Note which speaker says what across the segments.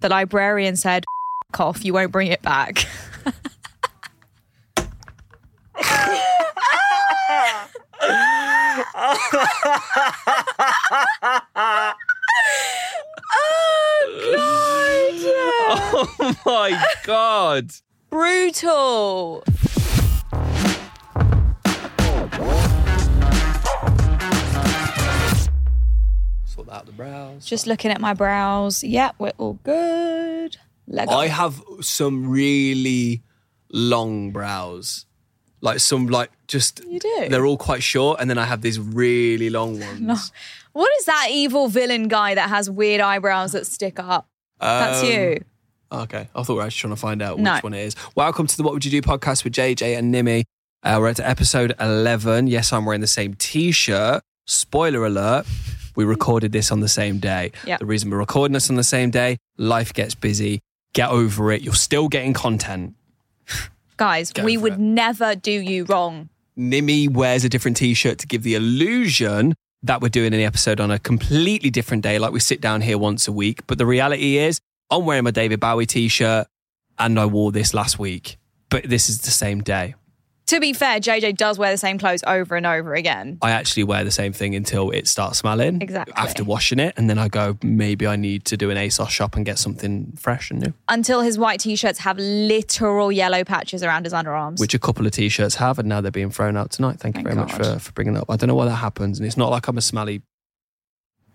Speaker 1: the librarian said, "F- off, you won't bring it back.
Speaker 2: Oh my god.
Speaker 1: Brutal.
Speaker 2: Sort out the brows.
Speaker 1: Just looking at my brows. Yep, we're all good. Leg
Speaker 2: I
Speaker 1: up.
Speaker 2: have some really long brows. Like some like just
Speaker 1: You do?
Speaker 2: They're all quite short and then I have these really long ones.
Speaker 1: What is that evil villain guy that has weird eyebrows that stick up? That's
Speaker 2: Um,
Speaker 1: you.
Speaker 2: Okay. I thought we were actually trying to find out which
Speaker 1: No.
Speaker 2: one it is. Welcome to the What Would You Do podcast with JJ and Nimi. Uh, we're at episode 11. Yes, I'm wearing the same t shirt. Spoiler alert, we recorded this on the same day.
Speaker 1: Yep.
Speaker 2: The reason we're recording this on the same day, life gets busy. Get over it. You're still getting content.
Speaker 1: Guys,
Speaker 2: Go
Speaker 1: we
Speaker 2: for
Speaker 1: would
Speaker 2: it.
Speaker 1: never do you wrong.
Speaker 2: Nimi wears a different t shirt to give the illusion that we're doing an episode on a completely different day, like we sit down here once a week. But the reality is, I'm wearing my David Bowie t shirt and I wore this last week, but this is the same day.
Speaker 1: To be fair, JJ does wear the same clothes over and over again.
Speaker 2: I actually wear the same thing until it starts smelling
Speaker 1: Exactly.
Speaker 2: after washing it. And then I go, maybe I need to do an ASOS shop and get something fresh and new,
Speaker 1: Until his white t shirts have literal yellow patches around his underarms.
Speaker 2: which a couple of t shirts have. And now they're being thrown out tonight. Thank,
Speaker 1: Thank
Speaker 2: you very much
Speaker 1: God.
Speaker 2: for, for bringing that up. I don't know why that happens. And it's not like I'm a smelly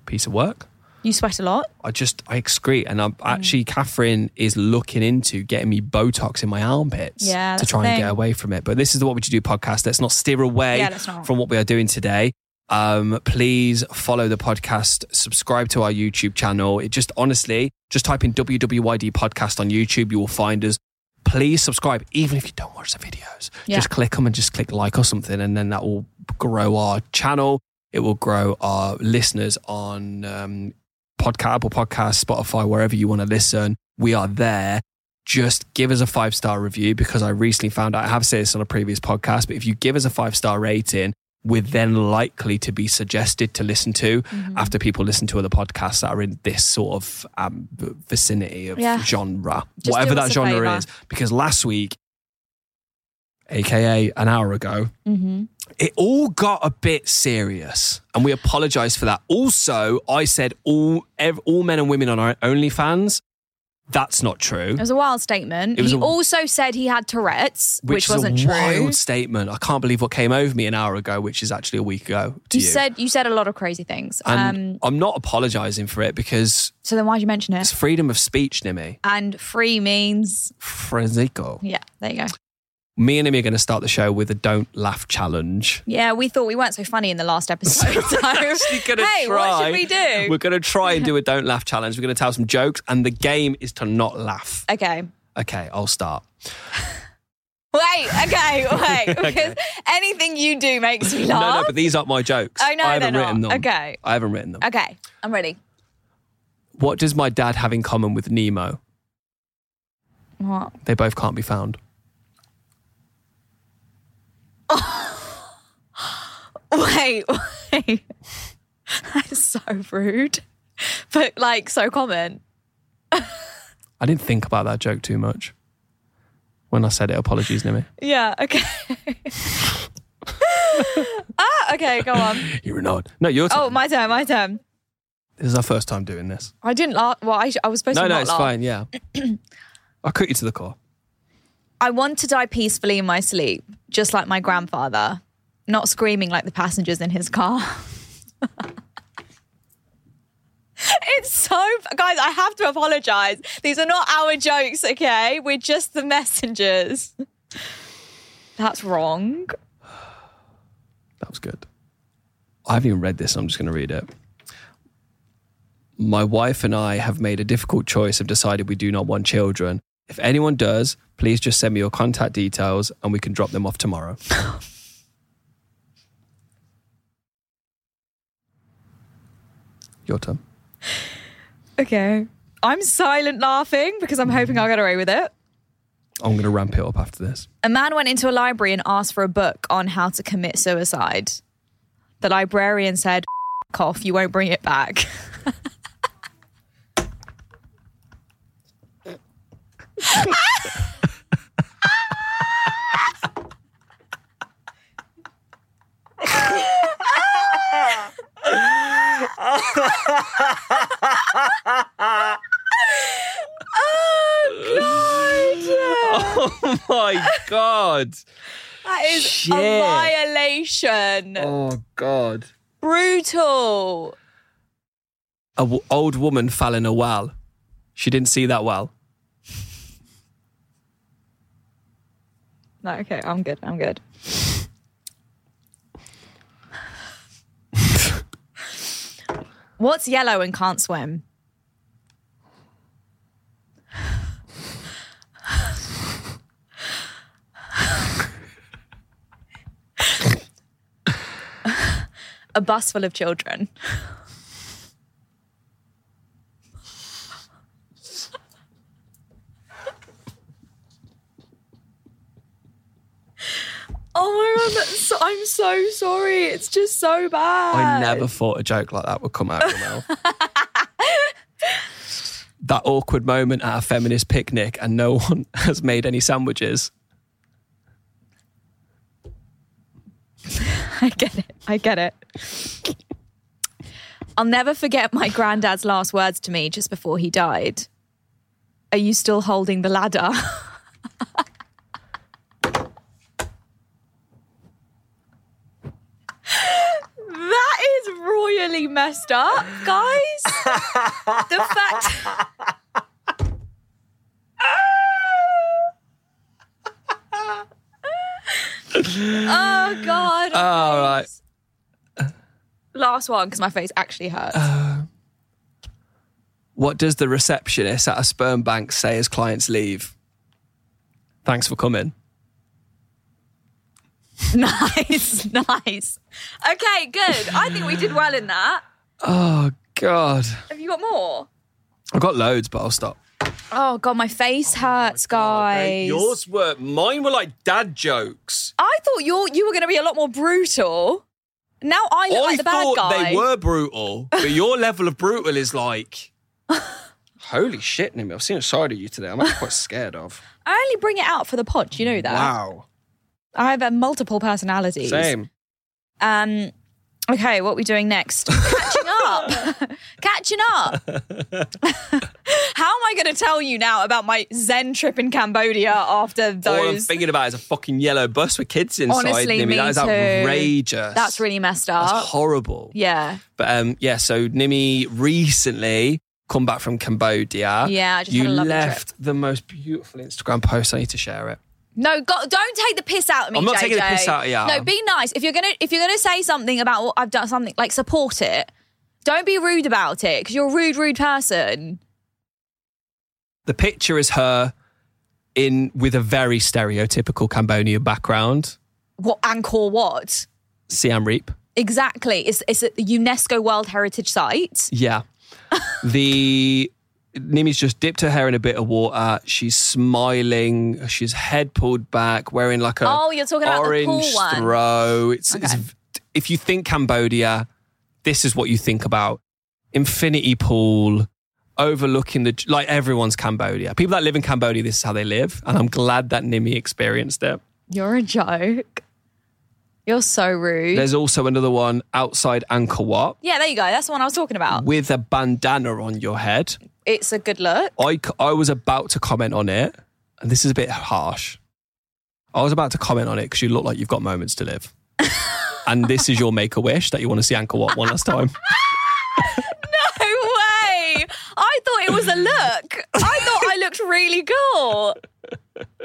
Speaker 2: piece of work.
Speaker 1: you sweat a lot.
Speaker 2: I just I excrete, and
Speaker 1: Mm.
Speaker 2: I'm actually Catherine is looking into getting me Botox in my armpits
Speaker 1: Yeah, that's
Speaker 2: to
Speaker 1: the
Speaker 2: try and
Speaker 1: thing.
Speaker 2: get away from it. But this is the What Would You Do podcast. Let's not steer away
Speaker 1: Yeah, let's not.
Speaker 2: from what we are doing today. Um, please follow the podcast, subscribe to our YouTube channel. It just honestly, just type in WWYD podcast on YouTube, you will find us. Please subscribe, even if you don't watch the videos.
Speaker 1: Yeah.
Speaker 2: Just click them and just click like or something, and then that will grow our channel. It will grow our listeners on um, podcast, Apple Podcasts, Spotify, wherever you want to listen. We are there. Just give us a five star review because I recently found out I have said this on a previous podcast, but if you give us a five star rating, we're then likely to be suggested to listen to
Speaker 1: Mm-hmm.
Speaker 2: after people listen to other podcasts that are in this sort of um, v- vicinity of
Speaker 1: Yeah.
Speaker 2: genre,
Speaker 1: Just
Speaker 2: whatever
Speaker 1: do
Speaker 2: that
Speaker 1: us a
Speaker 2: genre
Speaker 1: favour.
Speaker 2: is. Because last week, aka an hour ago,
Speaker 1: Mm-hmm.
Speaker 2: it all got a bit serious, and we apologise for that. Also, I said all ev- all men and women on our OnlyFans. That's not true.
Speaker 1: It was a wild statement.
Speaker 2: It was
Speaker 1: He
Speaker 2: a-
Speaker 1: also said he had Tourette's, which,
Speaker 2: is
Speaker 1: wasn't
Speaker 2: a
Speaker 1: true.
Speaker 2: wild statement. I can't believe what came over me an hour ago, which is actually a week ago. To
Speaker 1: you
Speaker 2: you,
Speaker 1: said you said a lot of crazy things.
Speaker 2: and
Speaker 1: Um,
Speaker 2: I'm not apologising for it because
Speaker 1: so then why'd you mention
Speaker 2: it's
Speaker 1: it?
Speaker 2: freedom of speech, Nimi.
Speaker 1: And free means
Speaker 2: Franzico.
Speaker 1: yeah. There you go.
Speaker 2: Me and Nimi are going to start the show with a don't laugh challenge.
Speaker 1: Yeah, we thought we weren't so funny in the last episode. So
Speaker 2: actually going to
Speaker 1: hey,
Speaker 2: try.
Speaker 1: what should we do?
Speaker 2: We're going to try and do a don't laugh challenge. We're going to tell some jokes, and the game is to not laugh.
Speaker 1: okay.
Speaker 2: Okay, I'll start.
Speaker 1: Wait, okay, wait. Because anything you do makes me
Speaker 2: No,
Speaker 1: laugh.
Speaker 2: no, but these aren't my jokes.
Speaker 1: Oh, no,
Speaker 2: I haven't
Speaker 1: they're
Speaker 2: written
Speaker 1: not.
Speaker 2: them.
Speaker 1: Okay.
Speaker 2: I haven't written them.
Speaker 1: okay, I'm ready.
Speaker 2: What does my dad have in common with Nemo?
Speaker 1: What?
Speaker 2: They both can't be found.
Speaker 1: Wait, wait. that is so rude, but like so common.
Speaker 2: I didn't think about that joke too much when I said it. Apologies, Nimi.
Speaker 1: Yeah, okay. ah, okay, go on.
Speaker 2: You're not. No, you're.
Speaker 1: Oh, my turn, my turn.
Speaker 2: this is our first time doing this.
Speaker 1: I didn't laugh. Well, I, I was supposed
Speaker 2: No,
Speaker 1: to
Speaker 2: no,
Speaker 1: not
Speaker 2: it's
Speaker 1: laugh.
Speaker 2: fine. Yeah, I cut you to the core.
Speaker 1: I want to die peacefully in my sleep, just like my grandfather, not screaming like the passengers in his car. it's so, guys, I have to apologize. These are not our jokes, okay? We're just the messengers. That's wrong.
Speaker 2: That was good. I haven't even read this. I'm just going to read it. My wife and I have made a difficult choice and decided we do not want children. If anyone does, please just send me your contact details and we can drop them off tomorrow. your turn.
Speaker 1: Okay. I'm silent laughing because I'm hoping I'll get away with it.
Speaker 2: I'm going to ramp it up after this.
Speaker 1: A man went into a library and asked for a book on how to commit suicide. The librarian said, "F- off, you won't bring it back. Oh,
Speaker 2: oh my god.
Speaker 1: That is
Speaker 2: Shit.
Speaker 1: a violation.
Speaker 2: Oh god.
Speaker 1: Brutal.
Speaker 2: A w- old woman fell in a well. She didn't see that well.
Speaker 1: No, okay, I'm good. I'm good. What's yellow and can't swim? A bus full of children. Oh my god, that's so, I'm so sorry. It's just so bad.
Speaker 2: I never thought a joke like that would come out of your mouth. that awkward moment at a feminist picnic and no one has made any sandwiches.
Speaker 1: I get it. I get it. I'll never forget my granddad's last words to me just before he died. Are you still holding the ladder? that is royally messed up, guys. the fact. oh, God.
Speaker 2: All right.
Speaker 1: Last one, because my face actually hurts.
Speaker 2: Uh. What does the receptionist at a sperm bank say as clients leave? Thanks for coming.
Speaker 1: Nice, nice. Okay, good. I think we did well in that.
Speaker 2: Oh god.
Speaker 1: Have you got more?
Speaker 2: I've got loads, but I'll stop.
Speaker 1: Oh god, my face hurts, guys.
Speaker 2: Yours were mine were like dad jokes.
Speaker 1: I thought you you were going to be a lot more brutal. Now I look
Speaker 2: I
Speaker 1: like the bad
Speaker 2: thought
Speaker 1: guy.
Speaker 2: they were brutal, but your level of brutal is like Holy shit, Nimi. I've seen a side of you today. I'm actually quite scared of.
Speaker 1: I only bring it out for the pod. You know that.
Speaker 2: Wow.
Speaker 1: I have uh, multiple personalities.
Speaker 2: Same.
Speaker 1: Um. Okay, what are we doing next? Catching up. Catching up. How am I going to tell you now about my Zen trip in Cambodia after
Speaker 2: All I'm
Speaker 1: those?
Speaker 2: thinking about is a fucking yellow bus with kids inside.
Speaker 1: Honestly,
Speaker 2: Nimi.
Speaker 1: me
Speaker 2: that is
Speaker 1: too.
Speaker 2: outrageous.
Speaker 1: That's really messed up.
Speaker 2: That's horrible.
Speaker 1: Yeah.
Speaker 2: But um, yeah, so Nimi recently come back from Cambodia.
Speaker 1: Yeah, I just
Speaker 2: you
Speaker 1: had a lovely
Speaker 2: left the most beautiful Instagram post. I need to share it.
Speaker 1: No, God, don't take the piss out of me.
Speaker 2: I'm not
Speaker 1: JJ.
Speaker 2: taking the piss out of you.
Speaker 1: No, be nice. If you're gonna if you're gonna say something about what I've done, something like support it. Don't be rude about it because you're a rude, rude person.
Speaker 2: The picture is her in with a very stereotypical Cambodian background.
Speaker 1: What Angkor Wat?
Speaker 2: Siam Reap.
Speaker 1: Exactly. It's it's a UNESCO World Heritage Site.
Speaker 2: Yeah. the Nimi's just dipped her hair in a bit of water. She's smiling. She's head pulled back, wearing like a
Speaker 1: Oh, you're talking about the
Speaker 2: orange
Speaker 1: pool one.
Speaker 2: throw. It's, it's-
Speaker 1: Okay.
Speaker 2: if you think Cambodia, this is what you think about: infinity pool, overlooking the like everyone's Cambodia. People that live in Cambodia, this is how they live, and I'm glad that Nimi experienced it.
Speaker 1: You're a joke. You're so rude.
Speaker 2: There's also another one outside Angkor Wat
Speaker 1: yeah, there you go. That's the one I was talking about.
Speaker 2: with a bandana on your head.
Speaker 1: It's a good look.
Speaker 2: I, c- I was about to comment on it, and this is a bit harsh. I was about to comment on it because you look like you've got moments to live. and this is your make a wish that you want to see Anchor Wat one last time.
Speaker 1: No way! I thought it was a look. I thought I looked really cool.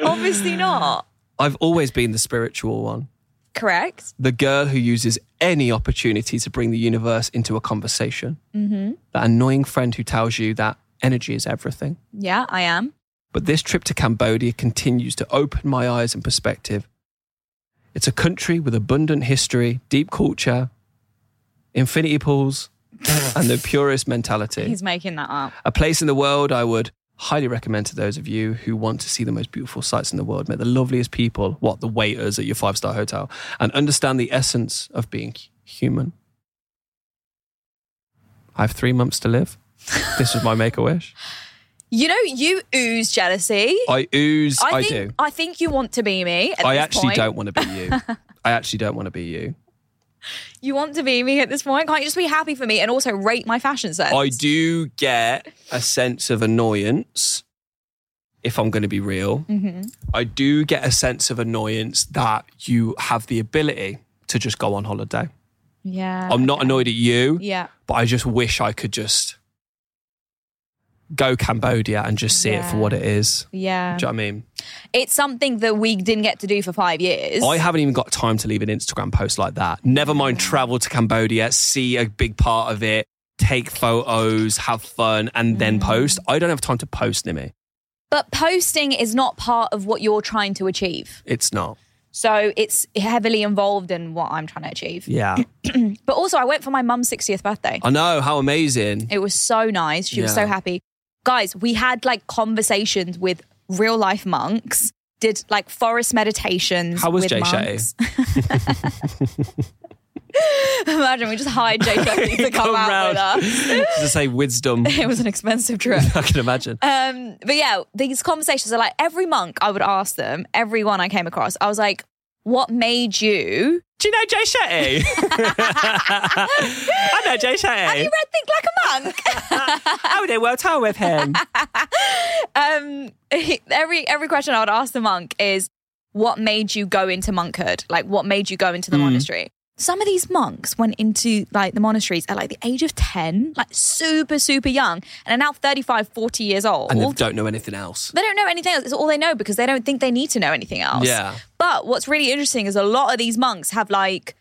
Speaker 1: Obviously not.
Speaker 2: I've always been the spiritual one,
Speaker 1: Correct.
Speaker 2: the girl who uses any opportunity to bring the universe into a conversation. Mm-hmm. That annoying friend who tells you that energy is everything.
Speaker 1: Yeah, I am.
Speaker 2: But this trip to Cambodia continues to open my eyes and perspective. It's a country with abundant history, deep culture, infinity pools, and the purest mentality.
Speaker 1: He's making that up.
Speaker 2: A place in the world I would highly recommend to those of you who want to see the most beautiful sights in the world, meet the loveliest people, what, the waiters at your five star hotel, and understand the essence of being hu- human. I have three months to live. This is my make a wish.
Speaker 1: You know, you ooze jealousy.
Speaker 2: I ooze, I,
Speaker 1: think,
Speaker 2: do.
Speaker 1: I think you want to be me. At
Speaker 2: I
Speaker 1: this
Speaker 2: actually
Speaker 1: point.
Speaker 2: don't want to be you. I actually don't want to be you.
Speaker 1: You want to be me at this point? Can't you just be happy for me and also rate my fashion sense?
Speaker 2: I do get a sense of annoyance if I'm going to be real,
Speaker 1: Mm-hmm.
Speaker 2: I do get a sense of annoyance that you have the ability to just go on holiday.
Speaker 1: Yeah.
Speaker 2: I'm not annoyed at you,
Speaker 1: Ah, Yeah.
Speaker 2: but I just wish I could just go Cambodia and just see it for
Speaker 1: Yeah.
Speaker 2: what it is.
Speaker 1: Yeah.
Speaker 2: Do you know what I mean?
Speaker 1: It's something that we didn't get to do for five years.
Speaker 2: I haven't even got time to leave an Instagram post like that. Never mind travel to Cambodia, see a big part of it, take photos, have fun, and
Speaker 1: Mm.
Speaker 2: then post. I don't have time to post, Nimi.
Speaker 1: but posting is not part of what you're trying to achieve.
Speaker 2: It's not.
Speaker 1: So it's heavily involved in what I'm trying to achieve.
Speaker 2: Yeah.
Speaker 1: But also, I went for my mum's 60th birthday.
Speaker 2: I know. How amazing.
Speaker 1: It was so nice. She was
Speaker 2: Yeah.
Speaker 1: so happy. Guys, we had like conversations with real life monks, did like forest meditations.
Speaker 2: How was
Speaker 1: with
Speaker 2: Jay
Speaker 1: monks. Imagine we just hired Jay Shetty to come,
Speaker 2: Come
Speaker 1: out
Speaker 2: round.
Speaker 1: with us.
Speaker 2: to say wisdom,
Speaker 1: It was an expensive trip.
Speaker 2: I can imagine.
Speaker 1: Um, but yeah, these conversations are like every monk I would ask them, everyone I came across, I was like, what made you?
Speaker 2: Do you know Jay Shetty? I know Jay Shetty.
Speaker 1: You read Think Like a Monk.
Speaker 2: I would do well time with him.
Speaker 1: um, every every question I would ask the monk is, "What made you go into monkhood? Like, what made you go into the monastery?" Some of these monks went into like the monasteries at like the age of 10, like super, super young, and are now 35, 40 years old.
Speaker 2: And they don't know anything else.
Speaker 1: they don't know anything else. It's all they know because they don't think they need to know anything else.
Speaker 2: Yeah.
Speaker 1: But what's really interesting is a lot of these monks have like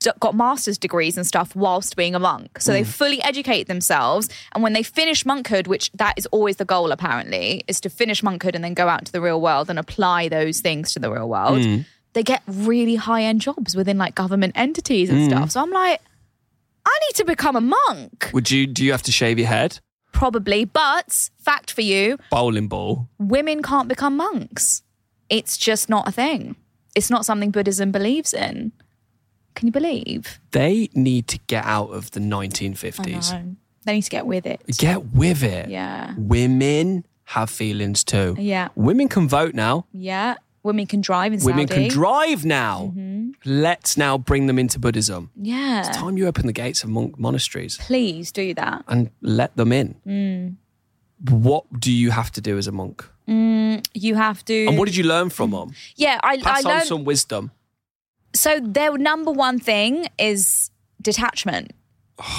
Speaker 1: d- got master's degrees and stuff whilst being a monk. So they fully educate themselves. And when they finish monkhood, which that is always the goal apparently, is to finish monkhood and then go out into the real world and apply those things to the real world, they get really high end jobs within like government entities and stuff. So I'm like, I need to become a monk,
Speaker 2: Would you? Do you have to shave your head?
Speaker 1: probably. But fact for you,
Speaker 2: Bowling ball.
Speaker 1: women can't become monks. It's just not a thing. It's not something Buddhism believes in. Can you believe?
Speaker 2: They need to get out of the 1950s.
Speaker 1: They need to get with it.
Speaker 2: Get with it.
Speaker 1: Yeah.
Speaker 2: Women have feelings too.
Speaker 1: Yeah.
Speaker 2: Women can vote now.
Speaker 1: Yeah. Women can drive in
Speaker 2: Women
Speaker 1: Saudi.
Speaker 2: can drive now. Let's now bring them into Buddhism.
Speaker 1: Mm-hmm. Yeah.
Speaker 2: Time you open the gates of monk monasteries.
Speaker 1: Please do that.
Speaker 2: and let them in.
Speaker 1: Mm.
Speaker 2: What do you have to do as a monk?
Speaker 1: You have to.
Speaker 2: And what did you learn from them?
Speaker 1: yeah, I, I
Speaker 2: Pass on
Speaker 1: learned.
Speaker 2: some wisdom.
Speaker 1: so their number one thing is detachment.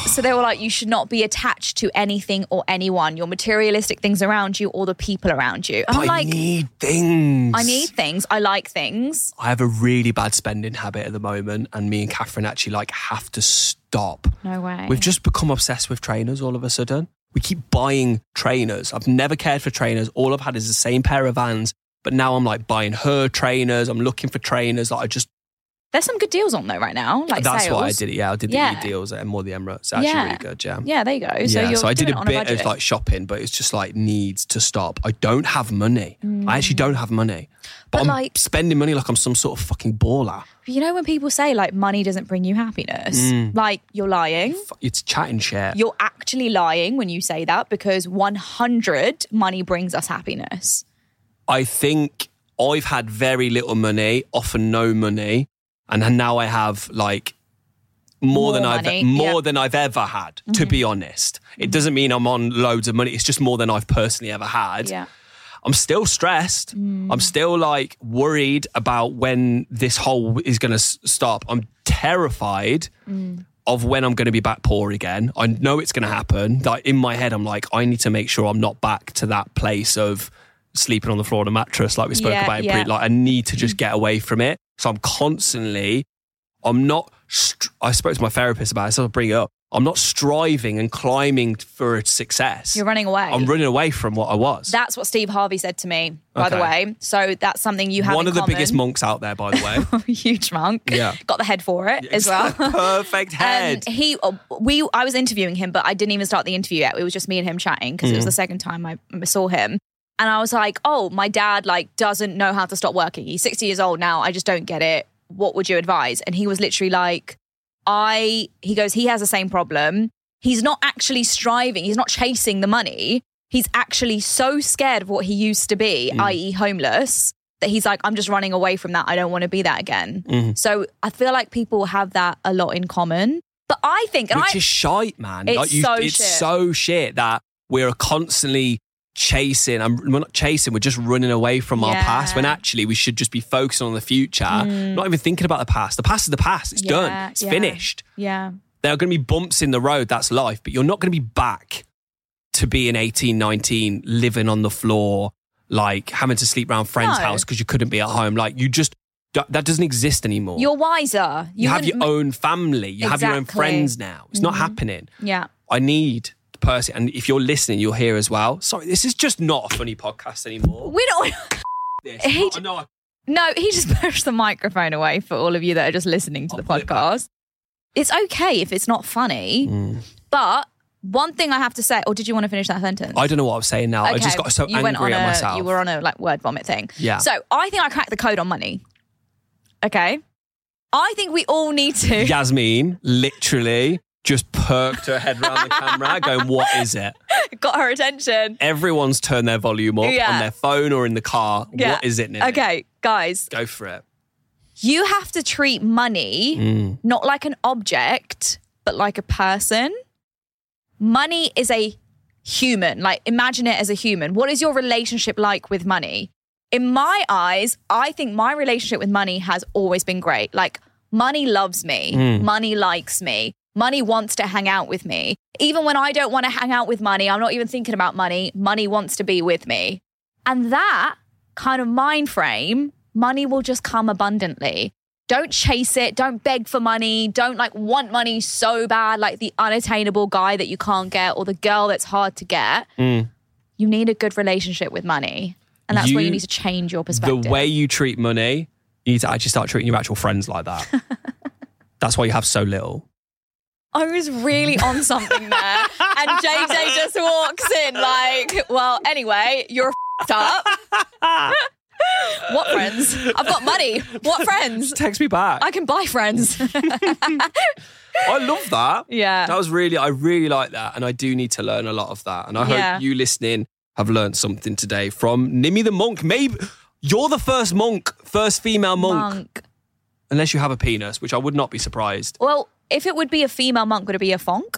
Speaker 1: So they were like, you should not be attached to anything or anyone, your materialistic things around you or the people around you. And I'm
Speaker 2: I
Speaker 1: like,
Speaker 2: need things.
Speaker 1: I need things. I like things.
Speaker 2: I have a really bad spending habit at the moment, and me and Catherine actually like have to stop.
Speaker 1: No way.
Speaker 2: We've just become obsessed with trainers all of a sudden. We keep buying trainers. I've never cared for trainers. All I've had is the same pair of vans. But now I'm like buying her trainers. I'm looking for trainers. Like I just
Speaker 1: There's some good deals on though right now. Like
Speaker 2: that's
Speaker 1: sales.
Speaker 2: why I did it. Yeah, I did the
Speaker 1: Yeah.
Speaker 2: e deals at More the Emirates. Actually,
Speaker 1: Yeah.
Speaker 2: really good. Yeah.
Speaker 1: Yeah, there you go. So
Speaker 2: yeah,
Speaker 1: you're
Speaker 2: so I did
Speaker 1: doing
Speaker 2: a
Speaker 1: it on
Speaker 2: bit
Speaker 1: budget.
Speaker 2: of like shopping, but it's just like needs to stop. I don't have money. I actually don't have money. But,
Speaker 1: Mm. But,
Speaker 2: I'm
Speaker 1: like-
Speaker 2: spending money like I'm some sort of fucking baller.
Speaker 1: you know when people say like money doesn't bring you happiness,
Speaker 2: Mm.
Speaker 1: like you're lying.
Speaker 2: F- It's chatting shit.
Speaker 1: You're actually lying when you say that because 100 money brings us happiness.
Speaker 2: I think I've had very little money, often no money, and now I have like more,
Speaker 1: More
Speaker 2: than
Speaker 1: money,
Speaker 2: I've e-, more
Speaker 1: yeah. Mm-hmm.
Speaker 2: than I've ever had. To be honest, it doesn't mean I'm on loads of money. It's just more than I've personally ever had.
Speaker 1: Yeah.
Speaker 2: I'm still stressed. I'm
Speaker 1: Mm.
Speaker 2: still like worried about when this whole is going to stop. I'm terrified
Speaker 1: Mm.
Speaker 2: of when I'm going to be back poor again. I know it's going to happen. Like in my head, I'm like, I need to make sure I'm not back to that place of sleeping on the floor on a mattress like we spoke
Speaker 1: Yeah,
Speaker 2: about. in
Speaker 1: yeah. Mm.
Speaker 2: Pre- like I need to just get away from it. So I'm constantly I'm not. Str- I spoke to my therapist about it. So I'll bring it up. I'm not striving and climbing for success.
Speaker 1: You're running away.
Speaker 2: I'm running away from what I was.
Speaker 1: that's what Steve Harvey said to me, by the
Speaker 2: Okay.
Speaker 1: way. So that's something you have
Speaker 2: One
Speaker 1: in
Speaker 2: of the
Speaker 1: common.
Speaker 2: biggest monks out there, by the way.
Speaker 1: huge monk.
Speaker 2: Yeah.
Speaker 1: Got the head for it as well.
Speaker 2: Perfect
Speaker 1: Um,
Speaker 2: head.
Speaker 1: he, uh, we, I was interviewing him, but I didn't even start the interview yet. It was just me and him chatting because it was the second time I I saw him, and I was like, "Oh, my dad like doesn't know how to stop working. He's sixty years old now. I just don't get it. What would you advise?" And he was literally like, "I." He goes, "He has the same problem. He's not actually striving. He's not chasing the money. He's actually so scared of what he used to be,
Speaker 2: Mm.
Speaker 1: i.e., homeless." That he's like, I'm just running away from that. I don't want to be that again.
Speaker 2: Mm-hmm.
Speaker 1: So I feel like people have that a lot in common. But I think, and
Speaker 2: Which
Speaker 1: I,
Speaker 2: is shite, man.
Speaker 1: It's
Speaker 2: like you,
Speaker 1: so
Speaker 2: it's
Speaker 1: shit.
Speaker 2: so shit that we're constantly chasing. I'm, we're not chasing. We're just running away from our
Speaker 1: Yeah. Hmm.
Speaker 2: past when actually we should just be focusing on the future. Not even thinking about the past. The past is the past. It's
Speaker 1: Yeah,
Speaker 2: done. It's
Speaker 1: yeah.
Speaker 2: finished.
Speaker 1: Yeah.
Speaker 2: There are going to be bumps in the road. That's life. But you're not going to be back to being 18, 19, living on the floor, like having to sleep around friends'
Speaker 1: No.
Speaker 2: house because you couldn't be at home. Like you just that that doesn't exist anymore.
Speaker 1: You're wiser.
Speaker 2: you have your
Speaker 1: wouldn't-
Speaker 2: own family. You have your own
Speaker 1: Exactly. Mm-hmm.
Speaker 2: friends now. It's not happening.
Speaker 1: Yeah.
Speaker 2: I need the person. And if you're listening, you'll hear as well. Sorry, this is just not a funny podcast anymore.
Speaker 1: We don't.
Speaker 2: This.
Speaker 1: He-
Speaker 2: I know I-
Speaker 1: No, he just pushed the microphone away for all of you that are just listening to the
Speaker 2: put it back. Mm.
Speaker 1: podcast. It's okay if it's not funny, but one thing I have to say. Or did you want to finish that sentence?
Speaker 2: I don't know what I'm saying now. I
Speaker 1: Okay,
Speaker 2: just got so
Speaker 1: you
Speaker 2: angry
Speaker 1: went on
Speaker 2: at
Speaker 1: a-
Speaker 2: myself.
Speaker 1: You were on a like word vomit thing.
Speaker 2: Yeah.
Speaker 1: So I think I cracked the code on money. Okay. I think we all need to.
Speaker 2: Yasmin literally just perked her head around the camera, going, What is it?
Speaker 1: Got her attention.
Speaker 2: Everyone's turned their volume up
Speaker 1: Yeah.
Speaker 2: on their phone or in the car.
Speaker 1: Yeah.
Speaker 2: What is it now?
Speaker 1: Okay, guys,
Speaker 2: Go for it.
Speaker 1: you have to treat money
Speaker 2: Mm.
Speaker 1: not like an object, but like a person. Money is a human. Like, imagine it as a human. What is your relationship like with money? In my eyes, I think my relationship with money has always been great. Like, money loves me, money likes me. Money wants to hang out with me. Even when I don't want to hang out with money, I'm not even thinking about money. Money wants to be with me. And that kind of mind frame, money will just come abundantly. Don't chase it. Don't beg for money. Don't like want money so bad, like the unattainable guy that you can't get or the girl that's hard to get. You need a good relationship with money. And that's where you
Speaker 2: You-
Speaker 1: need to change your
Speaker 2: The
Speaker 1: perspective.
Speaker 2: way you treat money, you need to actually start treating your actual friends like that. That's why you have so little.
Speaker 1: I was really on something there. and JJ just walks in, like, well, anyway, you're f***ed up. what friends? I've got money. What friends?
Speaker 2: Text me back.
Speaker 1: I can buy friends.
Speaker 2: I love that.
Speaker 1: Yeah.
Speaker 2: That was really, I really like that. And I do need to learn a lot of that. And I
Speaker 1: Yeah.
Speaker 2: hope you listening have learned something today from Nimi the monk. Maybe you're the first monk, first female monk,
Speaker 1: Monk.
Speaker 2: unless you have a penis, which I would not be surprised.
Speaker 1: Well, if it would be a female monk, would it be a fonk?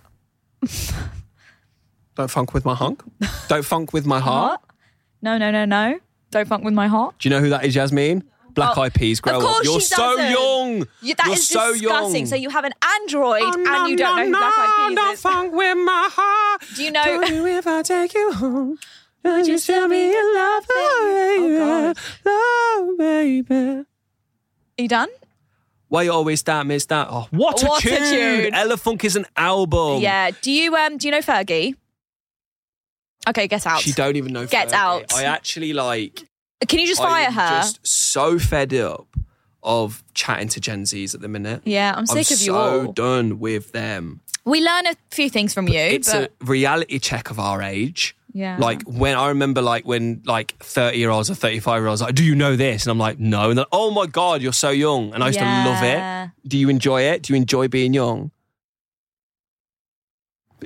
Speaker 2: Don't funk with my hunk. Don't funk with my heart.
Speaker 1: What? No, no, no, no. Don't funk with my heart.
Speaker 2: Do you know who that is, Yasmin? Black
Speaker 1: Oh,
Speaker 2: Eyed Peas grow
Speaker 1: of course
Speaker 2: up. You're
Speaker 1: she
Speaker 2: so
Speaker 1: doesn't.
Speaker 2: young.
Speaker 1: You, that
Speaker 2: You're
Speaker 1: is
Speaker 2: so
Speaker 1: disgusting.
Speaker 2: young.
Speaker 1: So you have an android
Speaker 2: Oh,
Speaker 1: and
Speaker 2: no,
Speaker 1: you don't
Speaker 2: no,
Speaker 1: know who Black Eyed Peas
Speaker 2: no,
Speaker 1: is.
Speaker 2: funk with my heart.
Speaker 1: Do you know-
Speaker 2: Don't you if I take you home? Would you tell me you love me,
Speaker 1: Oh,
Speaker 2: baby? Love, baby.
Speaker 1: Are you done?
Speaker 2: Why you always that miss that? Oh, what a
Speaker 1: What a
Speaker 2: tune!
Speaker 1: tune.
Speaker 2: Elefunk is an album.
Speaker 1: Yeah. Do you um do you know Fergie? Okay, get out.
Speaker 2: She don't even know.
Speaker 1: Get
Speaker 2: Fergie.
Speaker 1: out.
Speaker 2: I actually like.
Speaker 1: Can you just fire
Speaker 2: I'm
Speaker 1: her?
Speaker 2: Just so fed up of chatting to Gen Zs at the minute.
Speaker 1: yeah, I'm
Speaker 2: I'm
Speaker 1: sick of you
Speaker 2: so
Speaker 1: all.
Speaker 2: done with them.
Speaker 1: we learn a few things from you,
Speaker 2: It's
Speaker 1: but
Speaker 2: a reality check of our age.
Speaker 1: yeah.
Speaker 2: Like when I remember, like when like thirty year olds or thirty five year olds, like, do you know this? And I'm like, no. And they're, oh my god, you're so young. And I used to love
Speaker 1: Yeah.
Speaker 2: it. Do you enjoy it? Do you enjoy being young?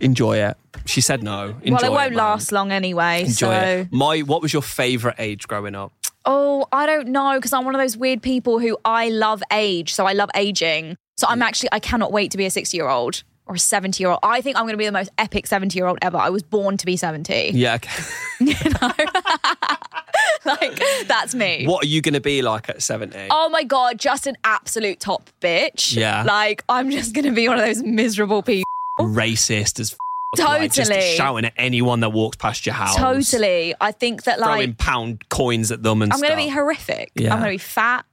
Speaker 2: Enjoy it. She said no. Enjoy
Speaker 1: well, it won't
Speaker 2: man.
Speaker 1: last long anyway.
Speaker 2: Enjoy
Speaker 1: so
Speaker 2: it. My, what was your favorite age growing up?
Speaker 1: Oh, I don't know because I'm one of those weird people who I love age, so I love aging. So I'm actually I cannot wait to be a 60 year old or a 70 year old. I think I'm going to be the most epic 70 year old ever. I was born to be 70.
Speaker 2: Yeah. Okay.
Speaker 1: like that's me.
Speaker 2: what are you going to be like at seventy?
Speaker 1: Oh my god, just an absolute top bitch.
Speaker 2: Yeah.
Speaker 1: Like I'm just going to be one of those miserable people.
Speaker 2: Racist as. f- Like just
Speaker 1: Totally.
Speaker 2: shouting at anyone that walks past your house.
Speaker 1: Totally. I think that
Speaker 2: Throwing
Speaker 1: like
Speaker 2: pound coins at them and
Speaker 1: I'm going to
Speaker 2: stuff.
Speaker 1: be horrific.
Speaker 2: Yeah. Mm.
Speaker 1: I'm going to be fat.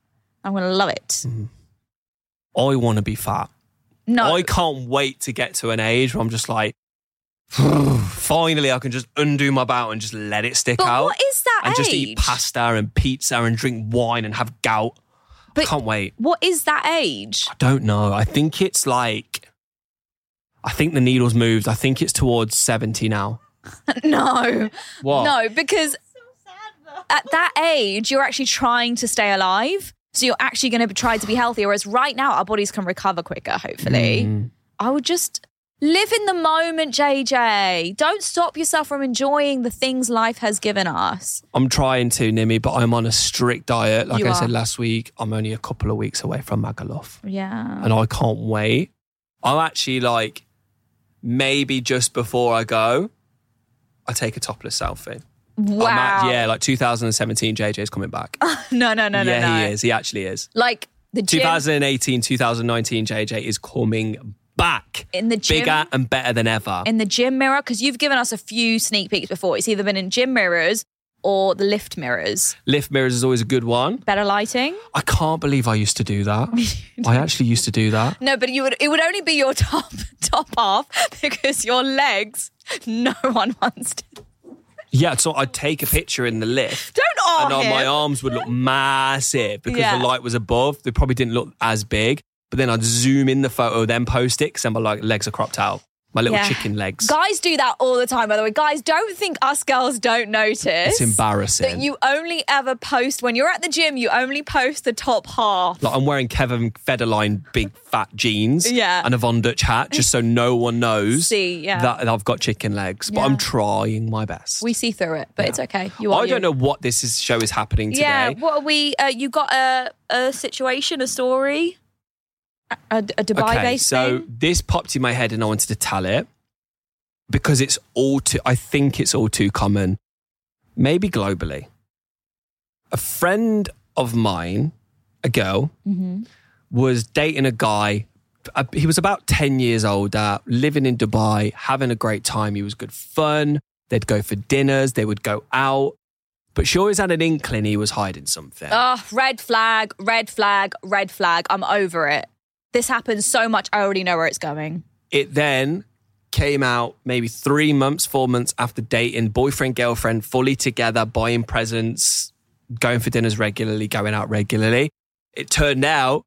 Speaker 1: I'm going to love it.
Speaker 2: I want to be fat.
Speaker 1: No.
Speaker 2: I can't wait to get to an age where I'm just like, finally, I can just undo my bout and just let it stick
Speaker 1: but
Speaker 2: out.
Speaker 1: what is that
Speaker 2: and
Speaker 1: age?
Speaker 2: just eat pasta and pizza and drink wine and have gout. I
Speaker 1: But-
Speaker 2: can't wait.
Speaker 1: What is that age?
Speaker 2: I don't know. I think it's like, I think the needle's moved. I think it's towards 70 now.
Speaker 1: no.
Speaker 2: What?
Speaker 1: No, because at that age, you're actually trying to stay alive. So you're actually going to try to be healthy. Whereas right now, our bodies can recover quicker, hopefully.
Speaker 2: Mm.
Speaker 1: I would just live in the moment, JJ. Don't stop yourself from enjoying the things life has given us.
Speaker 2: I'm trying to, Nimi, but I'm on a strict diet. Like
Speaker 1: You
Speaker 2: I
Speaker 1: are.
Speaker 2: said last week, I'm only a couple of weeks away from Magaluf.
Speaker 1: Yeah.
Speaker 2: and I can't wait. I'm actually like, maybe just before I go, I take a topless selfie.
Speaker 1: Wow.
Speaker 2: I'm at- yeah, like 2017, JJ's coming back.
Speaker 1: no, no, no, no,
Speaker 2: yeah,
Speaker 1: no.
Speaker 2: he is. He actually is.
Speaker 1: Like the gym
Speaker 2: 2018, 2019, JJ is coming back.
Speaker 1: in the gym
Speaker 2: Bigger and better than ever.
Speaker 1: in the gym mirror because you've given us a few sneak peeks before. It's either been in gym mirrors or the lift mirrors.
Speaker 2: Lift mirrors is always a good one.
Speaker 1: Better lighting.
Speaker 2: I can't believe I used to do that. I actually used to do that.
Speaker 1: No, but you would it would only be your top top half because your legs. No one wants to.
Speaker 2: Yeah, so I'd take a picture in the lift.
Speaker 1: Don't awe
Speaker 2: and on
Speaker 1: him.
Speaker 2: my arms would look massive because
Speaker 1: Yeah.
Speaker 2: the light was above. They probably didn't look as big, but then I'd zoom in the photo, then post it, and my like legs are cropped out, my little
Speaker 1: Yeah.
Speaker 2: chicken legs.
Speaker 1: Guys do that all the time. By the way, guys, don't think us girls don't notice.
Speaker 2: it's embarrassing.
Speaker 1: that you only ever post when you're at the gym. You only post the top half.
Speaker 2: like I'm wearing Kevin Federline big fat jeans,
Speaker 1: Yeah.
Speaker 2: and a Von Dutch hat, just so no one knows
Speaker 1: See, yeah.
Speaker 2: that I've got chicken legs. But
Speaker 1: Yeah.
Speaker 2: I'm trying my best.
Speaker 1: We see through it, but it's okay. You are
Speaker 2: I
Speaker 1: you.
Speaker 2: don't know what this is, show is happening today.
Speaker 1: Yeah, what are we? Uh, you got a a situation, a story, a, a Dubai
Speaker 2: Okay,
Speaker 1: based
Speaker 2: so
Speaker 1: thing.
Speaker 2: this popped in my head and I wanted to tell it because it's all too, I think it's all too common, maybe globally. A friend of mine, a girl,
Speaker 1: Mm-hmm.
Speaker 2: was dating a guy. uh, He was about 10 years older, living in Dubai, having a great time. He was good fun. They'd go for dinners, they would go out. But she always had an inkling he was hiding something.
Speaker 1: Oh, red flag, red flag, red flag. I'm over it. This happens so much. I already know where it's going.
Speaker 2: it then came out maybe three months, four months after dating, boyfriend, girlfriend, fully together, buying presents, going for dinners regularly, going out regularly. It turned out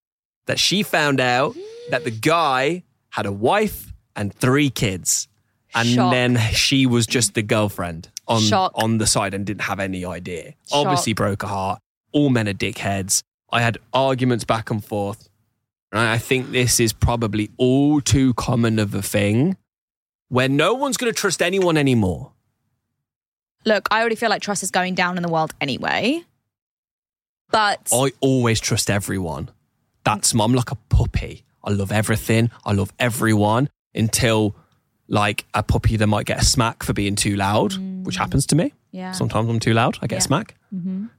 Speaker 2: that she found out that the guy had a wife and three kids. And
Speaker 1: Shock.
Speaker 2: then she was just the girlfriend on,
Speaker 1: Shock.
Speaker 2: on the side and didn't have any idea.
Speaker 1: Shock.
Speaker 2: Obviously broke her heart. All men are dickheads. I had arguments back and forth. And I think this is probably all too common of a thing where no one's going to trust anyone anymore.
Speaker 1: Look, I already feel like trust is going down in the world anyway. But
Speaker 2: I always trust everyone. That's my, I'm like a puppy. I love everything. I love everyone until like a puppy that might get a smack for being too loud, which happens to me.
Speaker 1: Mm. yeah,
Speaker 2: Sometimes I'm too loud. I get
Speaker 1: Yeah. Mm-hmm.
Speaker 2: a smack.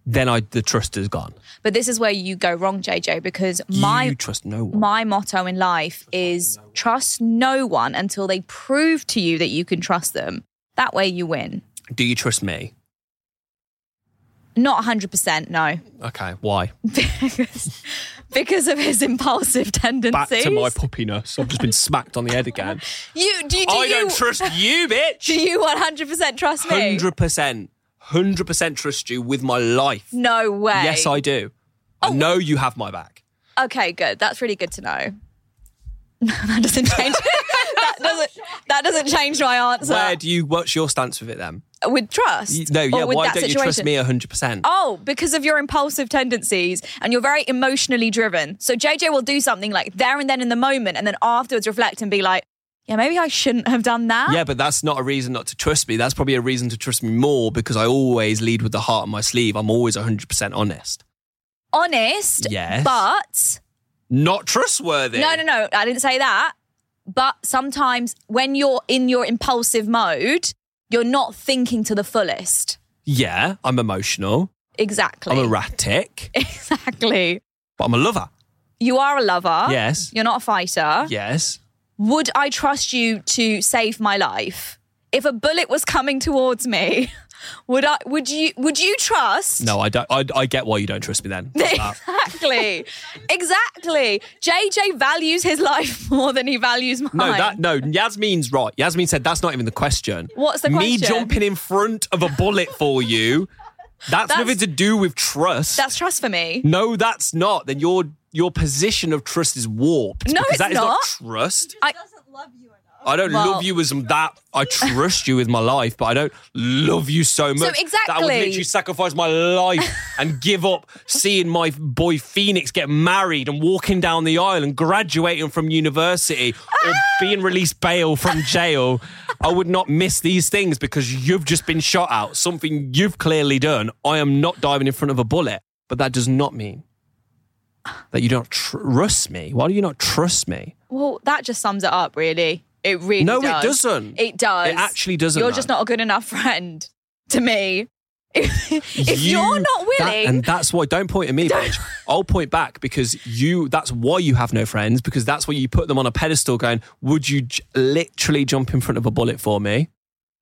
Speaker 2: Then I, the trust is gone.
Speaker 1: but this is where you go wrong, JJ, because my
Speaker 2: you trust no one.
Speaker 1: my motto in life is trust no one until they prove to you that you can trust them. That way you win.
Speaker 2: Do you trust me?
Speaker 1: Not 100%, no.
Speaker 2: Okay. Why?
Speaker 1: because, because of his impulsive tendencies.
Speaker 2: Back to my puppiness. I've just been smacked on the head again.
Speaker 1: you do, do
Speaker 2: I
Speaker 1: you
Speaker 2: don't trust you, bitch.
Speaker 1: do you 100% trust me?
Speaker 2: Hundred percent, hundred percent trust you with my life.
Speaker 1: No way.
Speaker 2: Yes, I do.
Speaker 1: Oh.
Speaker 2: I know you have my back.
Speaker 1: Okay, good. That's really good to know. that doesn't change. that doesn't. That doesn't change my answer.
Speaker 2: Where do you? What's your stance with it then?
Speaker 1: with
Speaker 2: You-
Speaker 1: trust.
Speaker 2: No,
Speaker 1: or
Speaker 2: yeah.
Speaker 1: with
Speaker 2: Why
Speaker 1: that
Speaker 2: don't you
Speaker 1: situation?
Speaker 2: trust me hundred percent?
Speaker 1: Oh, because of your impulsive tendencies and you're very emotionally driven. So JJ will do something like there and then in the moment and then afterwards reflect and be like, yeah, maybe I shouldn't have done that.
Speaker 2: Yeah, but that's not a reason not to trust me. That's probably a reason to trust me more because I always lead with the heart on my sleeve. I'm always hundred percent honest.
Speaker 1: Honest,
Speaker 2: Yes.
Speaker 1: but
Speaker 2: Not trustworthy.
Speaker 1: no, no, no, I didn't say that. But sometimes when you're in your impulsive mode, you're not thinking to the fullest.
Speaker 2: Yeah, I'm emotional.
Speaker 1: Exactly.
Speaker 2: I'm erratic,
Speaker 1: exactly.
Speaker 2: but I'm a lover.
Speaker 1: You are a lover.
Speaker 2: Yes.
Speaker 1: You're not a fighter.
Speaker 2: Yes.
Speaker 1: would I trust you to save my life? If a bullet was coming towards me, would I would you would you trust?
Speaker 2: No, I don't. I, I get why you don't trust me then. Like that.
Speaker 1: Exactly. exactly. JJ values his life more than he values mine.
Speaker 2: No, that no. Yasmin's right. Yasmin said that's not even the question.
Speaker 1: What's the
Speaker 2: Me
Speaker 1: question?
Speaker 2: jumping in front of a bullet for you. That's,
Speaker 1: That's-
Speaker 2: nothing to do with trust.
Speaker 1: That's trust for me.
Speaker 2: no, that's not. Then your your position of trust is warped.
Speaker 1: No,
Speaker 2: because
Speaker 1: it's
Speaker 2: that is
Speaker 1: not.
Speaker 2: trust.
Speaker 1: I-
Speaker 3: doesn't love you enough.
Speaker 2: I don't
Speaker 1: Well-
Speaker 2: love you as that. I trust you with my life, but I don't love you so much that I would
Speaker 1: exactly.
Speaker 2: literally sacrifice my life and give up seeing my boy Phoenix get married and walking down the aisle and graduating from university
Speaker 1: Ah!
Speaker 2: or being released bail from jail. I would not miss these things because you've just been shot out, something you've clearly done. I am not diving in front of a bullet, but that does not mean that you don't trust me. Why do you not trust me?
Speaker 1: Well, that just sums it up really. It really
Speaker 2: No, it
Speaker 1: does.
Speaker 2: doesn't.
Speaker 1: It does.
Speaker 2: It actually doesn't,
Speaker 1: You're
Speaker 2: though.
Speaker 1: just not a good enough friend to me. if you, are not
Speaker 2: that-
Speaker 1: willing,
Speaker 2: and that's why don't point at me, bitch. I'll point back because you. That's why you have no friends because that's why you put them on a pedestal. Going, would you j- literally jump in front of a bullet for me?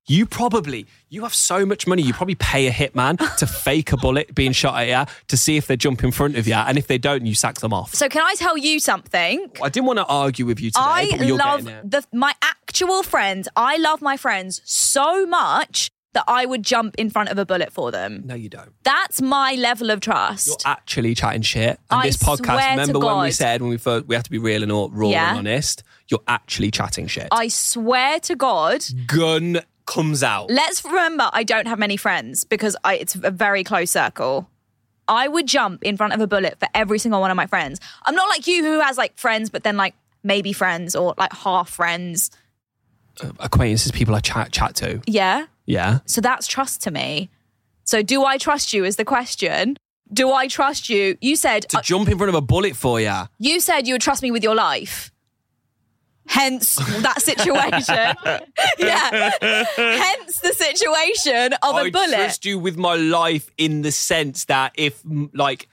Speaker 2: You probably you have so much money. You probably pay a hitman to fake a bullet being shot at you to see if they jump in front of you, and if they don't, you sack them off.
Speaker 1: so can I tell you something?
Speaker 2: I didn't want to argue with you today.
Speaker 1: I
Speaker 2: but you're
Speaker 1: love
Speaker 2: getting there.
Speaker 1: the my actual friends. I love my friends so much that I would jump in front of a bullet for them.
Speaker 2: No, you don't.
Speaker 1: That's my level of
Speaker 2: You're
Speaker 1: trust.
Speaker 2: actually chatting shit. And
Speaker 1: I
Speaker 2: this podcast,
Speaker 1: swear to
Speaker 2: remember when we
Speaker 1: God.
Speaker 2: said when we first we have to be real and all, raw
Speaker 1: Yeah.
Speaker 2: and honest? You're actually chatting shit.
Speaker 1: I swear to God.
Speaker 2: Gun comes out.
Speaker 1: Let's remember I don't have many friends because I, it's a very close circle. I would jump in front of a bullet for every single one of my friends. I'm not like you who has like friends, but then like maybe friends or like half friends.
Speaker 2: Acquaintances, people I chat chat to.
Speaker 1: Yeah.
Speaker 2: Yeah.
Speaker 1: So that's trust to me. So do I trust you is the question. Do I trust you? You said uh,
Speaker 2: To jump in front of a bullet for ya.
Speaker 1: you said you would trust me with your life. Hence that situation. yeah. Hence the situation of a
Speaker 2: I
Speaker 1: bullet.
Speaker 2: trust you with my life in the sense that if mm, like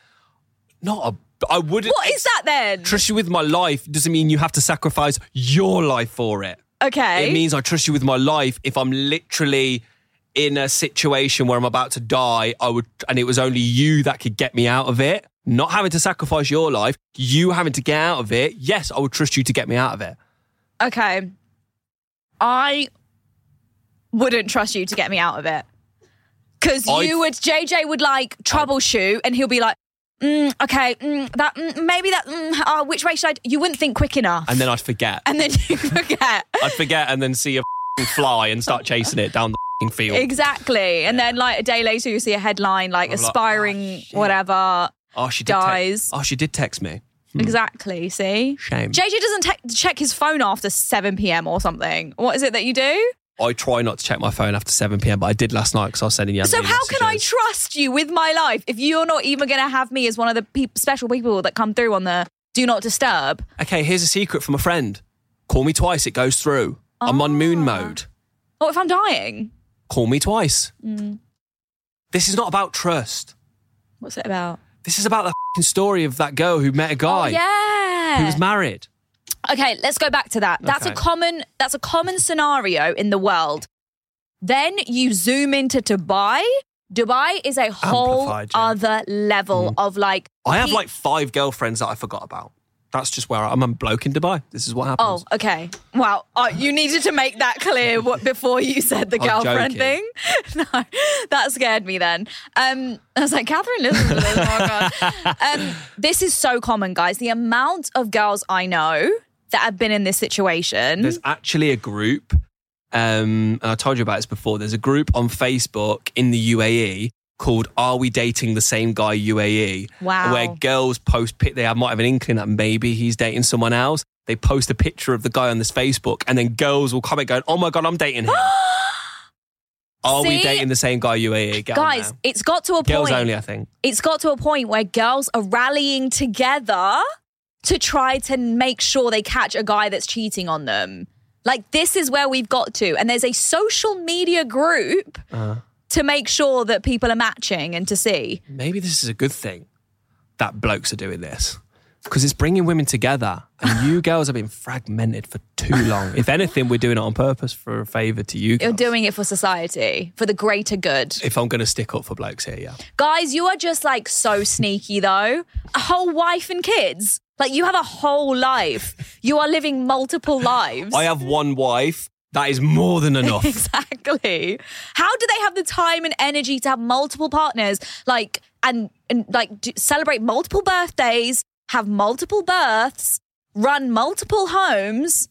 Speaker 2: not a I wouldn't
Speaker 1: what is that then?
Speaker 2: trust you with my life doesn't mean you have to sacrifice your life for it.
Speaker 1: okay.
Speaker 2: It means I trust you with my life. If I'm literally in a situation where I'm about to die, I would, and it was only you that could get me out of it. Not having to sacrifice your life, you having to get out of it. Yes, I would trust you to get me out of it.
Speaker 1: Okay. I wouldn't trust you to get me out of it. Because
Speaker 2: I-
Speaker 1: you would, JJ would like troubleshoot and he'll be like, mm, okay, mm, that, mm, maybe that, mm, uh, which way should I? d-" You wouldn't think quick enough.
Speaker 2: And then I'd forget.
Speaker 1: And then you forget.
Speaker 2: I'd forget and then see a f***ing fly and start chasing it down the f***ing field.
Speaker 1: exactly. And then like a day later, you see a headline like
Speaker 2: I'm like,
Speaker 1: aspiring
Speaker 2: "Oh, shit."
Speaker 1: whatever.
Speaker 2: oh, she did te-
Speaker 1: dies.
Speaker 2: oh, she did text me.
Speaker 1: Exactly. See?
Speaker 2: Shame.
Speaker 1: JJ doesn't te- check his phone after 7 p.m. or something. What is it that you do?
Speaker 2: I try not to check my phone after 7 p.m., but I did last night because I was sending you.
Speaker 1: So
Speaker 2: angry
Speaker 1: how can I
Speaker 2: messages.
Speaker 1: trust you with my life if you're not even going to have me as one of the peop special people that come through on the do not disturb?
Speaker 2: okay, here's a secret from a friend. Call me twice, it goes through. I'm on moon
Speaker 1: Ah.
Speaker 2: mode.
Speaker 1: Or if I'm dying?
Speaker 2: call me twice. This is not about trust.
Speaker 1: What's it about? Oh,
Speaker 2: This is about the fing story of that girl who met a guy
Speaker 1: yeah.
Speaker 2: who was married.
Speaker 1: okay, let's go back to that. That's
Speaker 2: Okay.
Speaker 1: a common that's a common scenario in the world. Then you zoom into Dubai. Dubai is a whole
Speaker 2: Amplified, yeah. Mm.
Speaker 1: other level of like
Speaker 2: I have
Speaker 1: pe-
Speaker 2: like five girlfriends that I forgot about. That's just where I, am a bloke in Dubai. This is what
Speaker 1: Oh,
Speaker 2: happens.
Speaker 1: okay. Wow. Oh, you needed to make that clear what, before you said the
Speaker 2: I'm
Speaker 1: girlfriend
Speaker 2: joking.
Speaker 1: thing. No, that scared me then. Um, I was like, Catherine listens to this. Oh, God. Um, this is so common, guys. The amount of girls I know that have been in this situation.
Speaker 2: There's actually a group, um, and I told you about this before. There's a group on Facebook in the UAE called "Are We Dating the Same Guy UAE?"
Speaker 1: Wow.
Speaker 2: Where girls post, pic- they have- might have an inkling that maybe he's dating someone else. They post a picture of the guy on this Facebook, and then girls will comment going, "Oh my god, I'm dating him." Are we
Speaker 1: See?
Speaker 2: dating the same guy UAE? Get on
Speaker 1: guys,
Speaker 2: now.
Speaker 1: it's got to a
Speaker 2: girls
Speaker 1: point.
Speaker 2: only, I think.
Speaker 1: It's got to a point where girls are rallying together to try to make sure they catch a guy that's cheating on them. Like, this is where we've got to. And there's a social media group to make sure that people are matching and to see.
Speaker 2: Maybe this is a good thing that blokes are doing this because it's bringing women together. And you girls have been fragmented for too long. if anything, we're doing it on purpose for a favour to you.
Speaker 1: You're
Speaker 2: Girls.
Speaker 1: doing it for society, for the greater good.
Speaker 2: if I'm going to stick up for blokes here, yeah.
Speaker 1: Guys, you are just like so sneaky, though. A whole wife and kids. Like, you have a whole life. You are living multiple lives.
Speaker 2: I have one wife. That is more than enough.
Speaker 1: Exactly. How do they have the time and energy to have multiple partners, like and and like do, celebrate multiple birthdays, have multiple births, run multiple homes,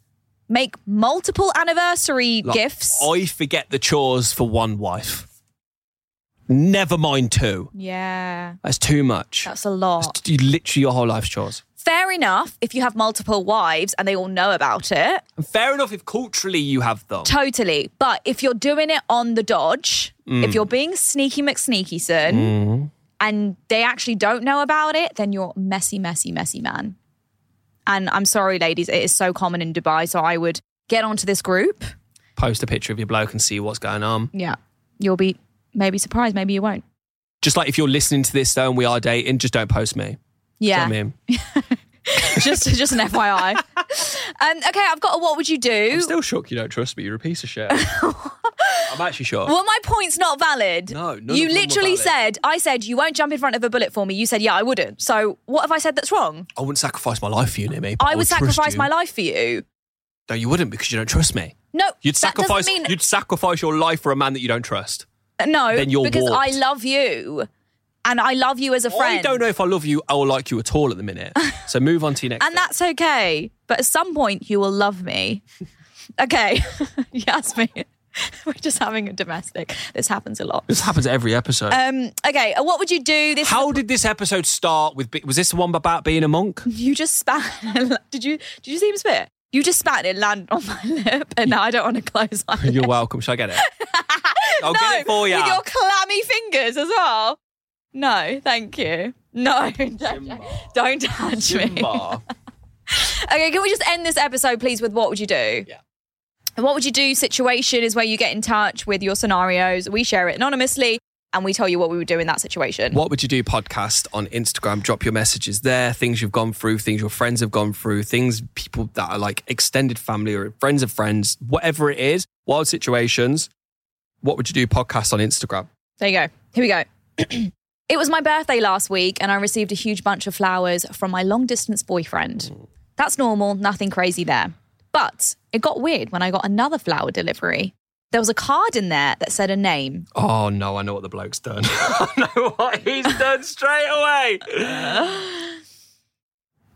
Speaker 1: make multiple anniversary
Speaker 2: Like,
Speaker 1: gifts?
Speaker 2: I forget the chores for one wife. Never mind two.
Speaker 1: yeah,
Speaker 2: That's too much.
Speaker 1: that's a lot.
Speaker 2: That's literally your whole life's chores.
Speaker 1: Fair enough if you have multiple wives and they all know about it.
Speaker 2: And fair enough if culturally you have them.
Speaker 1: Totally. But if you're doing it on the dodge,
Speaker 2: Mm.
Speaker 1: if you're being sneaky McSneakyson and they actually don't know about it, then you're messy, messy, messy man. And I'm sorry, ladies, it is so common in Dubai. So I would get onto this group.
Speaker 2: Post a picture of your bloke and see what's going on.
Speaker 1: Yeah. You'll be maybe surprised, maybe you won't.
Speaker 2: Just like if you're listening to this though and we are dating, just don't post me. Do
Speaker 1: Yeah,
Speaker 2: you know what I mean?
Speaker 1: just just an FYI. um, okay, I've got a what would you do?
Speaker 2: I'm still shocked you don't trust me. You're a piece of shit. I'm actually shocked.
Speaker 1: well, my point's not valid.
Speaker 2: No, none of
Speaker 1: you
Speaker 2: them were
Speaker 1: literally
Speaker 2: valid.
Speaker 1: said I said you won't jump in front of a bullet for me. You said yeah, I wouldn't. So what have I said that's wrong?
Speaker 2: I wouldn't sacrifice my life for you, Nimi. but
Speaker 1: I, would
Speaker 2: trust
Speaker 1: sacrifice
Speaker 2: you.
Speaker 1: my life for you.
Speaker 2: No, you wouldn't because you don't trust me.
Speaker 1: No,
Speaker 2: You'd
Speaker 1: that doesn't
Speaker 2: sacrifice.
Speaker 1: mean-
Speaker 2: You'd sacrifice your life for a man that you don't trust.
Speaker 1: No,
Speaker 2: Then you're
Speaker 1: because
Speaker 2: warped.
Speaker 1: I love you, and I love you as a friend.
Speaker 2: I don't know if I love you or like you at all at the minute. So move on to your next.
Speaker 1: and
Speaker 2: thing.
Speaker 1: that's okay. But at some point, you will love me. Okay, yes, me. We're just having a domestic. This happens a lot.
Speaker 2: this happens every episode.
Speaker 1: Um, okay, uh, what would you do? This
Speaker 2: How did this episode start? With be- was this the one about being a monk?
Speaker 1: you just spat. did you? Did you see him spit? You just spat and it landed on my lip, and now I don't want to close my lip.
Speaker 2: You're welcome. Shall I get it? I'll
Speaker 1: no,
Speaker 2: get it for you.
Speaker 1: with your clammy fingers as well. No, thank you. No, don't, don't touch me.
Speaker 2: Bar.
Speaker 1: Okay, can we just end this episode, please, with what would you do?
Speaker 2: Yeah.
Speaker 1: And What would you do situation is where you get in touch with your scenarios. We share it anonymously and we tell you what we would do in that situation.
Speaker 2: What would you do podcast on Instagram? Drop your messages there, things you've gone through, things your friends have gone through, things people that are like extended family or friends of friends, whatever it is, wild situations. What would you do podcast on Instagram?
Speaker 1: There you go. Here we go. it was my birthday last week and I received a huge bunch of flowers from my long distance boyfriend. That's normal, nothing crazy there. But it got weird when I got another flower delivery. There was a card in there that said a name.
Speaker 2: Oh no, I know what the bloke's done. I know what he's done straight away.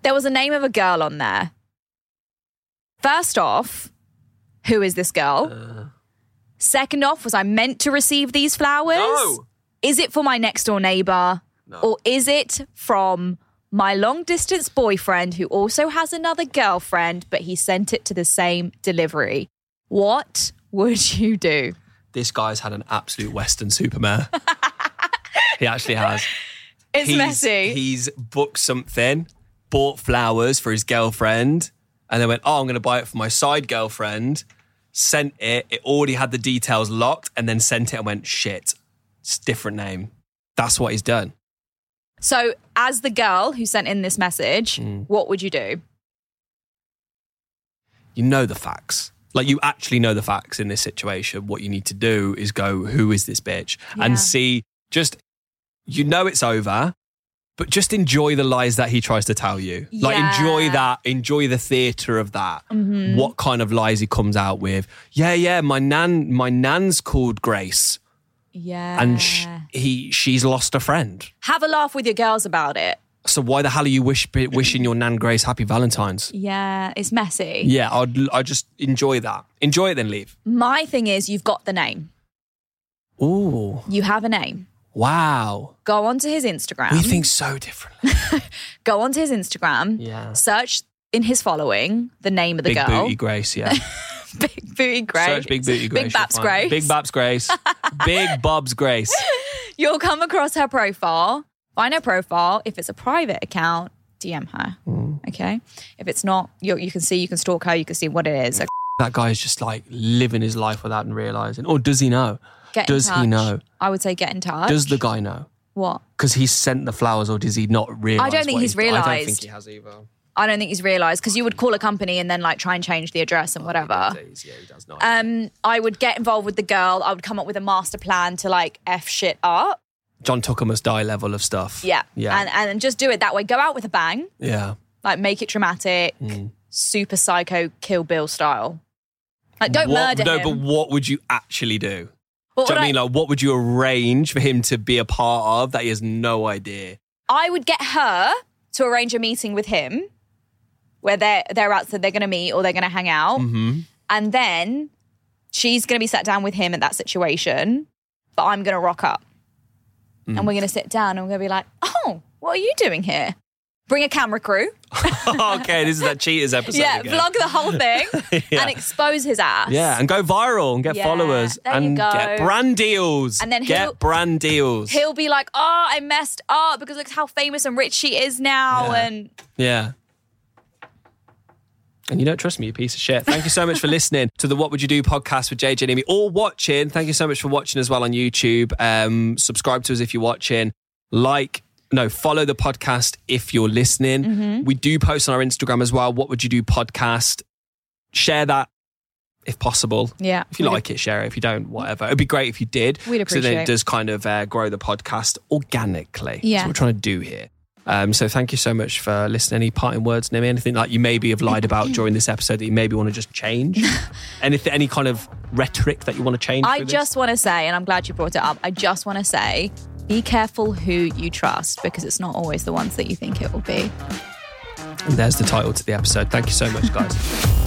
Speaker 1: There was a name of a girl on there. First off, who is this girl?
Speaker 2: Uh.
Speaker 1: Second off, was I meant to receive these flowers?
Speaker 2: No.
Speaker 1: Is it for my next door neighbor? Or is it from my long distance boyfriend who also has another girlfriend, but he sent it to the same delivery? What would you do?
Speaker 2: This guy's had an absolute Western supermare. he actually has.
Speaker 1: It's
Speaker 2: he's,
Speaker 1: messy.
Speaker 2: He's booked something, bought flowers for his girlfriend, and then went, Oh, I'm going to buy it for my side girlfriend. Sent it. It already had the details locked, and then sent it and went, Shit, it's a different name. That's what he's done.
Speaker 1: so, as the girl who sent in this message,
Speaker 2: Hmm.
Speaker 1: what would you do?
Speaker 2: You know the facts. Like, you actually know the facts in this situation. What you need to do is go, Who is this bitch?
Speaker 1: Yeah.
Speaker 2: And see, just, you know it's over. But just enjoy the lies that he tries to tell you. Like,
Speaker 1: Yeah.
Speaker 2: enjoy that. Enjoy the theatre of that.
Speaker 1: Mhm.
Speaker 2: what kind of lies he comes out with. Yeah, yeah, my nan, my nan's called Grace,
Speaker 1: Yeah.
Speaker 2: and sh- he, she's lost a friend.
Speaker 1: have a laugh with your girls about it.
Speaker 2: So why the hell are you wish, wishing your nan Grace happy Valentine's?
Speaker 1: Yeah, it's messy.
Speaker 2: Yeah, I'd, I just enjoy that. Enjoy it, then leave.
Speaker 1: My thing is, you've got the name.
Speaker 2: Ooh,
Speaker 1: You have a name.
Speaker 2: wow.
Speaker 1: Go onto his Instagram.
Speaker 2: We think so differently.
Speaker 1: Go onto his Instagram.
Speaker 2: Yeah.
Speaker 1: Search in his following the name of the
Speaker 2: Big
Speaker 1: girl.
Speaker 2: booty Grace, yeah.
Speaker 1: big booty Grace.
Speaker 2: Search Big Booty Grace.
Speaker 1: Big
Speaker 2: you'll
Speaker 1: Baps
Speaker 2: find
Speaker 1: Grace.
Speaker 2: it. Big Baps Grace. Big Bob's Grace.
Speaker 1: You'll come across her profile. Find her profile. If it's a private account, DM her.
Speaker 2: Hmm.
Speaker 1: Okay. If it's not, you, you can see, you can stalk her, you can see what it is.
Speaker 2: That guy is just like living his life without realizing. Or does he know?
Speaker 1: Get
Speaker 2: Does
Speaker 1: in
Speaker 2: he
Speaker 1: touch.
Speaker 2: know?
Speaker 1: I would say get in touch.
Speaker 2: Does the guy know?
Speaker 1: what?
Speaker 2: because he sent the flowers, or does he not realize?
Speaker 1: I don't think
Speaker 2: what
Speaker 1: he's
Speaker 2: he's done? I don't
Speaker 1: realised.
Speaker 2: think he has either.
Speaker 1: I don't think he's realized because you would call a company and then like try and change the address and whatever.
Speaker 2: He's- Yeah, he does not.
Speaker 1: Um, I would get involved with the girl. I would come up with a master plan to like f shit up.
Speaker 2: John Tucker must die level of stuff.
Speaker 1: Yeah,
Speaker 2: yeah,
Speaker 1: and and just do it that way. Go out with a bang,
Speaker 2: yeah.
Speaker 1: like make it dramatic,
Speaker 2: Mm.
Speaker 1: super psycho Kill Bill style. Like don't
Speaker 2: What-
Speaker 1: murder
Speaker 2: no,
Speaker 1: him.
Speaker 2: but what would you actually do?
Speaker 1: What
Speaker 2: Do you
Speaker 1: would
Speaker 2: know what I
Speaker 1: I,
Speaker 2: mean? Like, what would you arrange for him to be a part of that he has no idea?
Speaker 1: I would get her to arrange a meeting with him, where they're they're out, so they're going to meet or they're going to hang out,
Speaker 2: Mm-hmm.
Speaker 1: and then she's going to be sat down with him at that situation. But I'm going to rock up, and
Speaker 2: Mm.
Speaker 1: we're going to sit down, and we're going to be like, "Oh, what are you doing here?" Bring a camera crew.
Speaker 2: okay, this is that cheaters episode.
Speaker 1: Yeah,
Speaker 2: again.
Speaker 1: vlog the whole thing
Speaker 2: Yeah.
Speaker 1: and expose his ass.
Speaker 2: Yeah, and go viral and get
Speaker 1: Yeah,
Speaker 2: followers
Speaker 1: there you
Speaker 2: and
Speaker 1: go.
Speaker 2: get brand deals.
Speaker 1: And then he'll-
Speaker 2: get brand deals.
Speaker 1: He'll be like, oh, I messed up because look how famous and rich she is now.
Speaker 2: Yeah.
Speaker 1: And
Speaker 2: Yeah. And you don't trust me, you piece of shit. Thank you so much for listening to the What Would You Do podcast with JJ and Amy or watching. Thank you so much for watching as well on YouTube. Um, subscribe to us if you're watching. Like, no, follow the podcast if you're listening.
Speaker 1: Mm-hmm.
Speaker 2: We do post on our Instagram as well. What Would You Do podcast. Share that if possible.
Speaker 1: Yeah.
Speaker 2: If you
Speaker 1: We'd-
Speaker 2: like it, share it. If you don't, whatever. It'd be great if you did.
Speaker 1: We'd
Speaker 2: So then
Speaker 1: appreciate.
Speaker 2: it does kind of uh, grow the podcast organically. That's
Speaker 1: Yeah.
Speaker 2: what we're trying to do here. Um, so thank you so much for listening. Any parting words, Nimi? Anything like you maybe have lied about during this episode that you maybe want to just change? Anything, any kind of rhetoric that you want to change?
Speaker 1: I
Speaker 2: through this?
Speaker 1: just want to say, and I'm glad you brought it up, I just want to say be careful who you trust because it's not always the ones that you think it will be.
Speaker 2: And there's the title to the episode. Thank you so much, guys.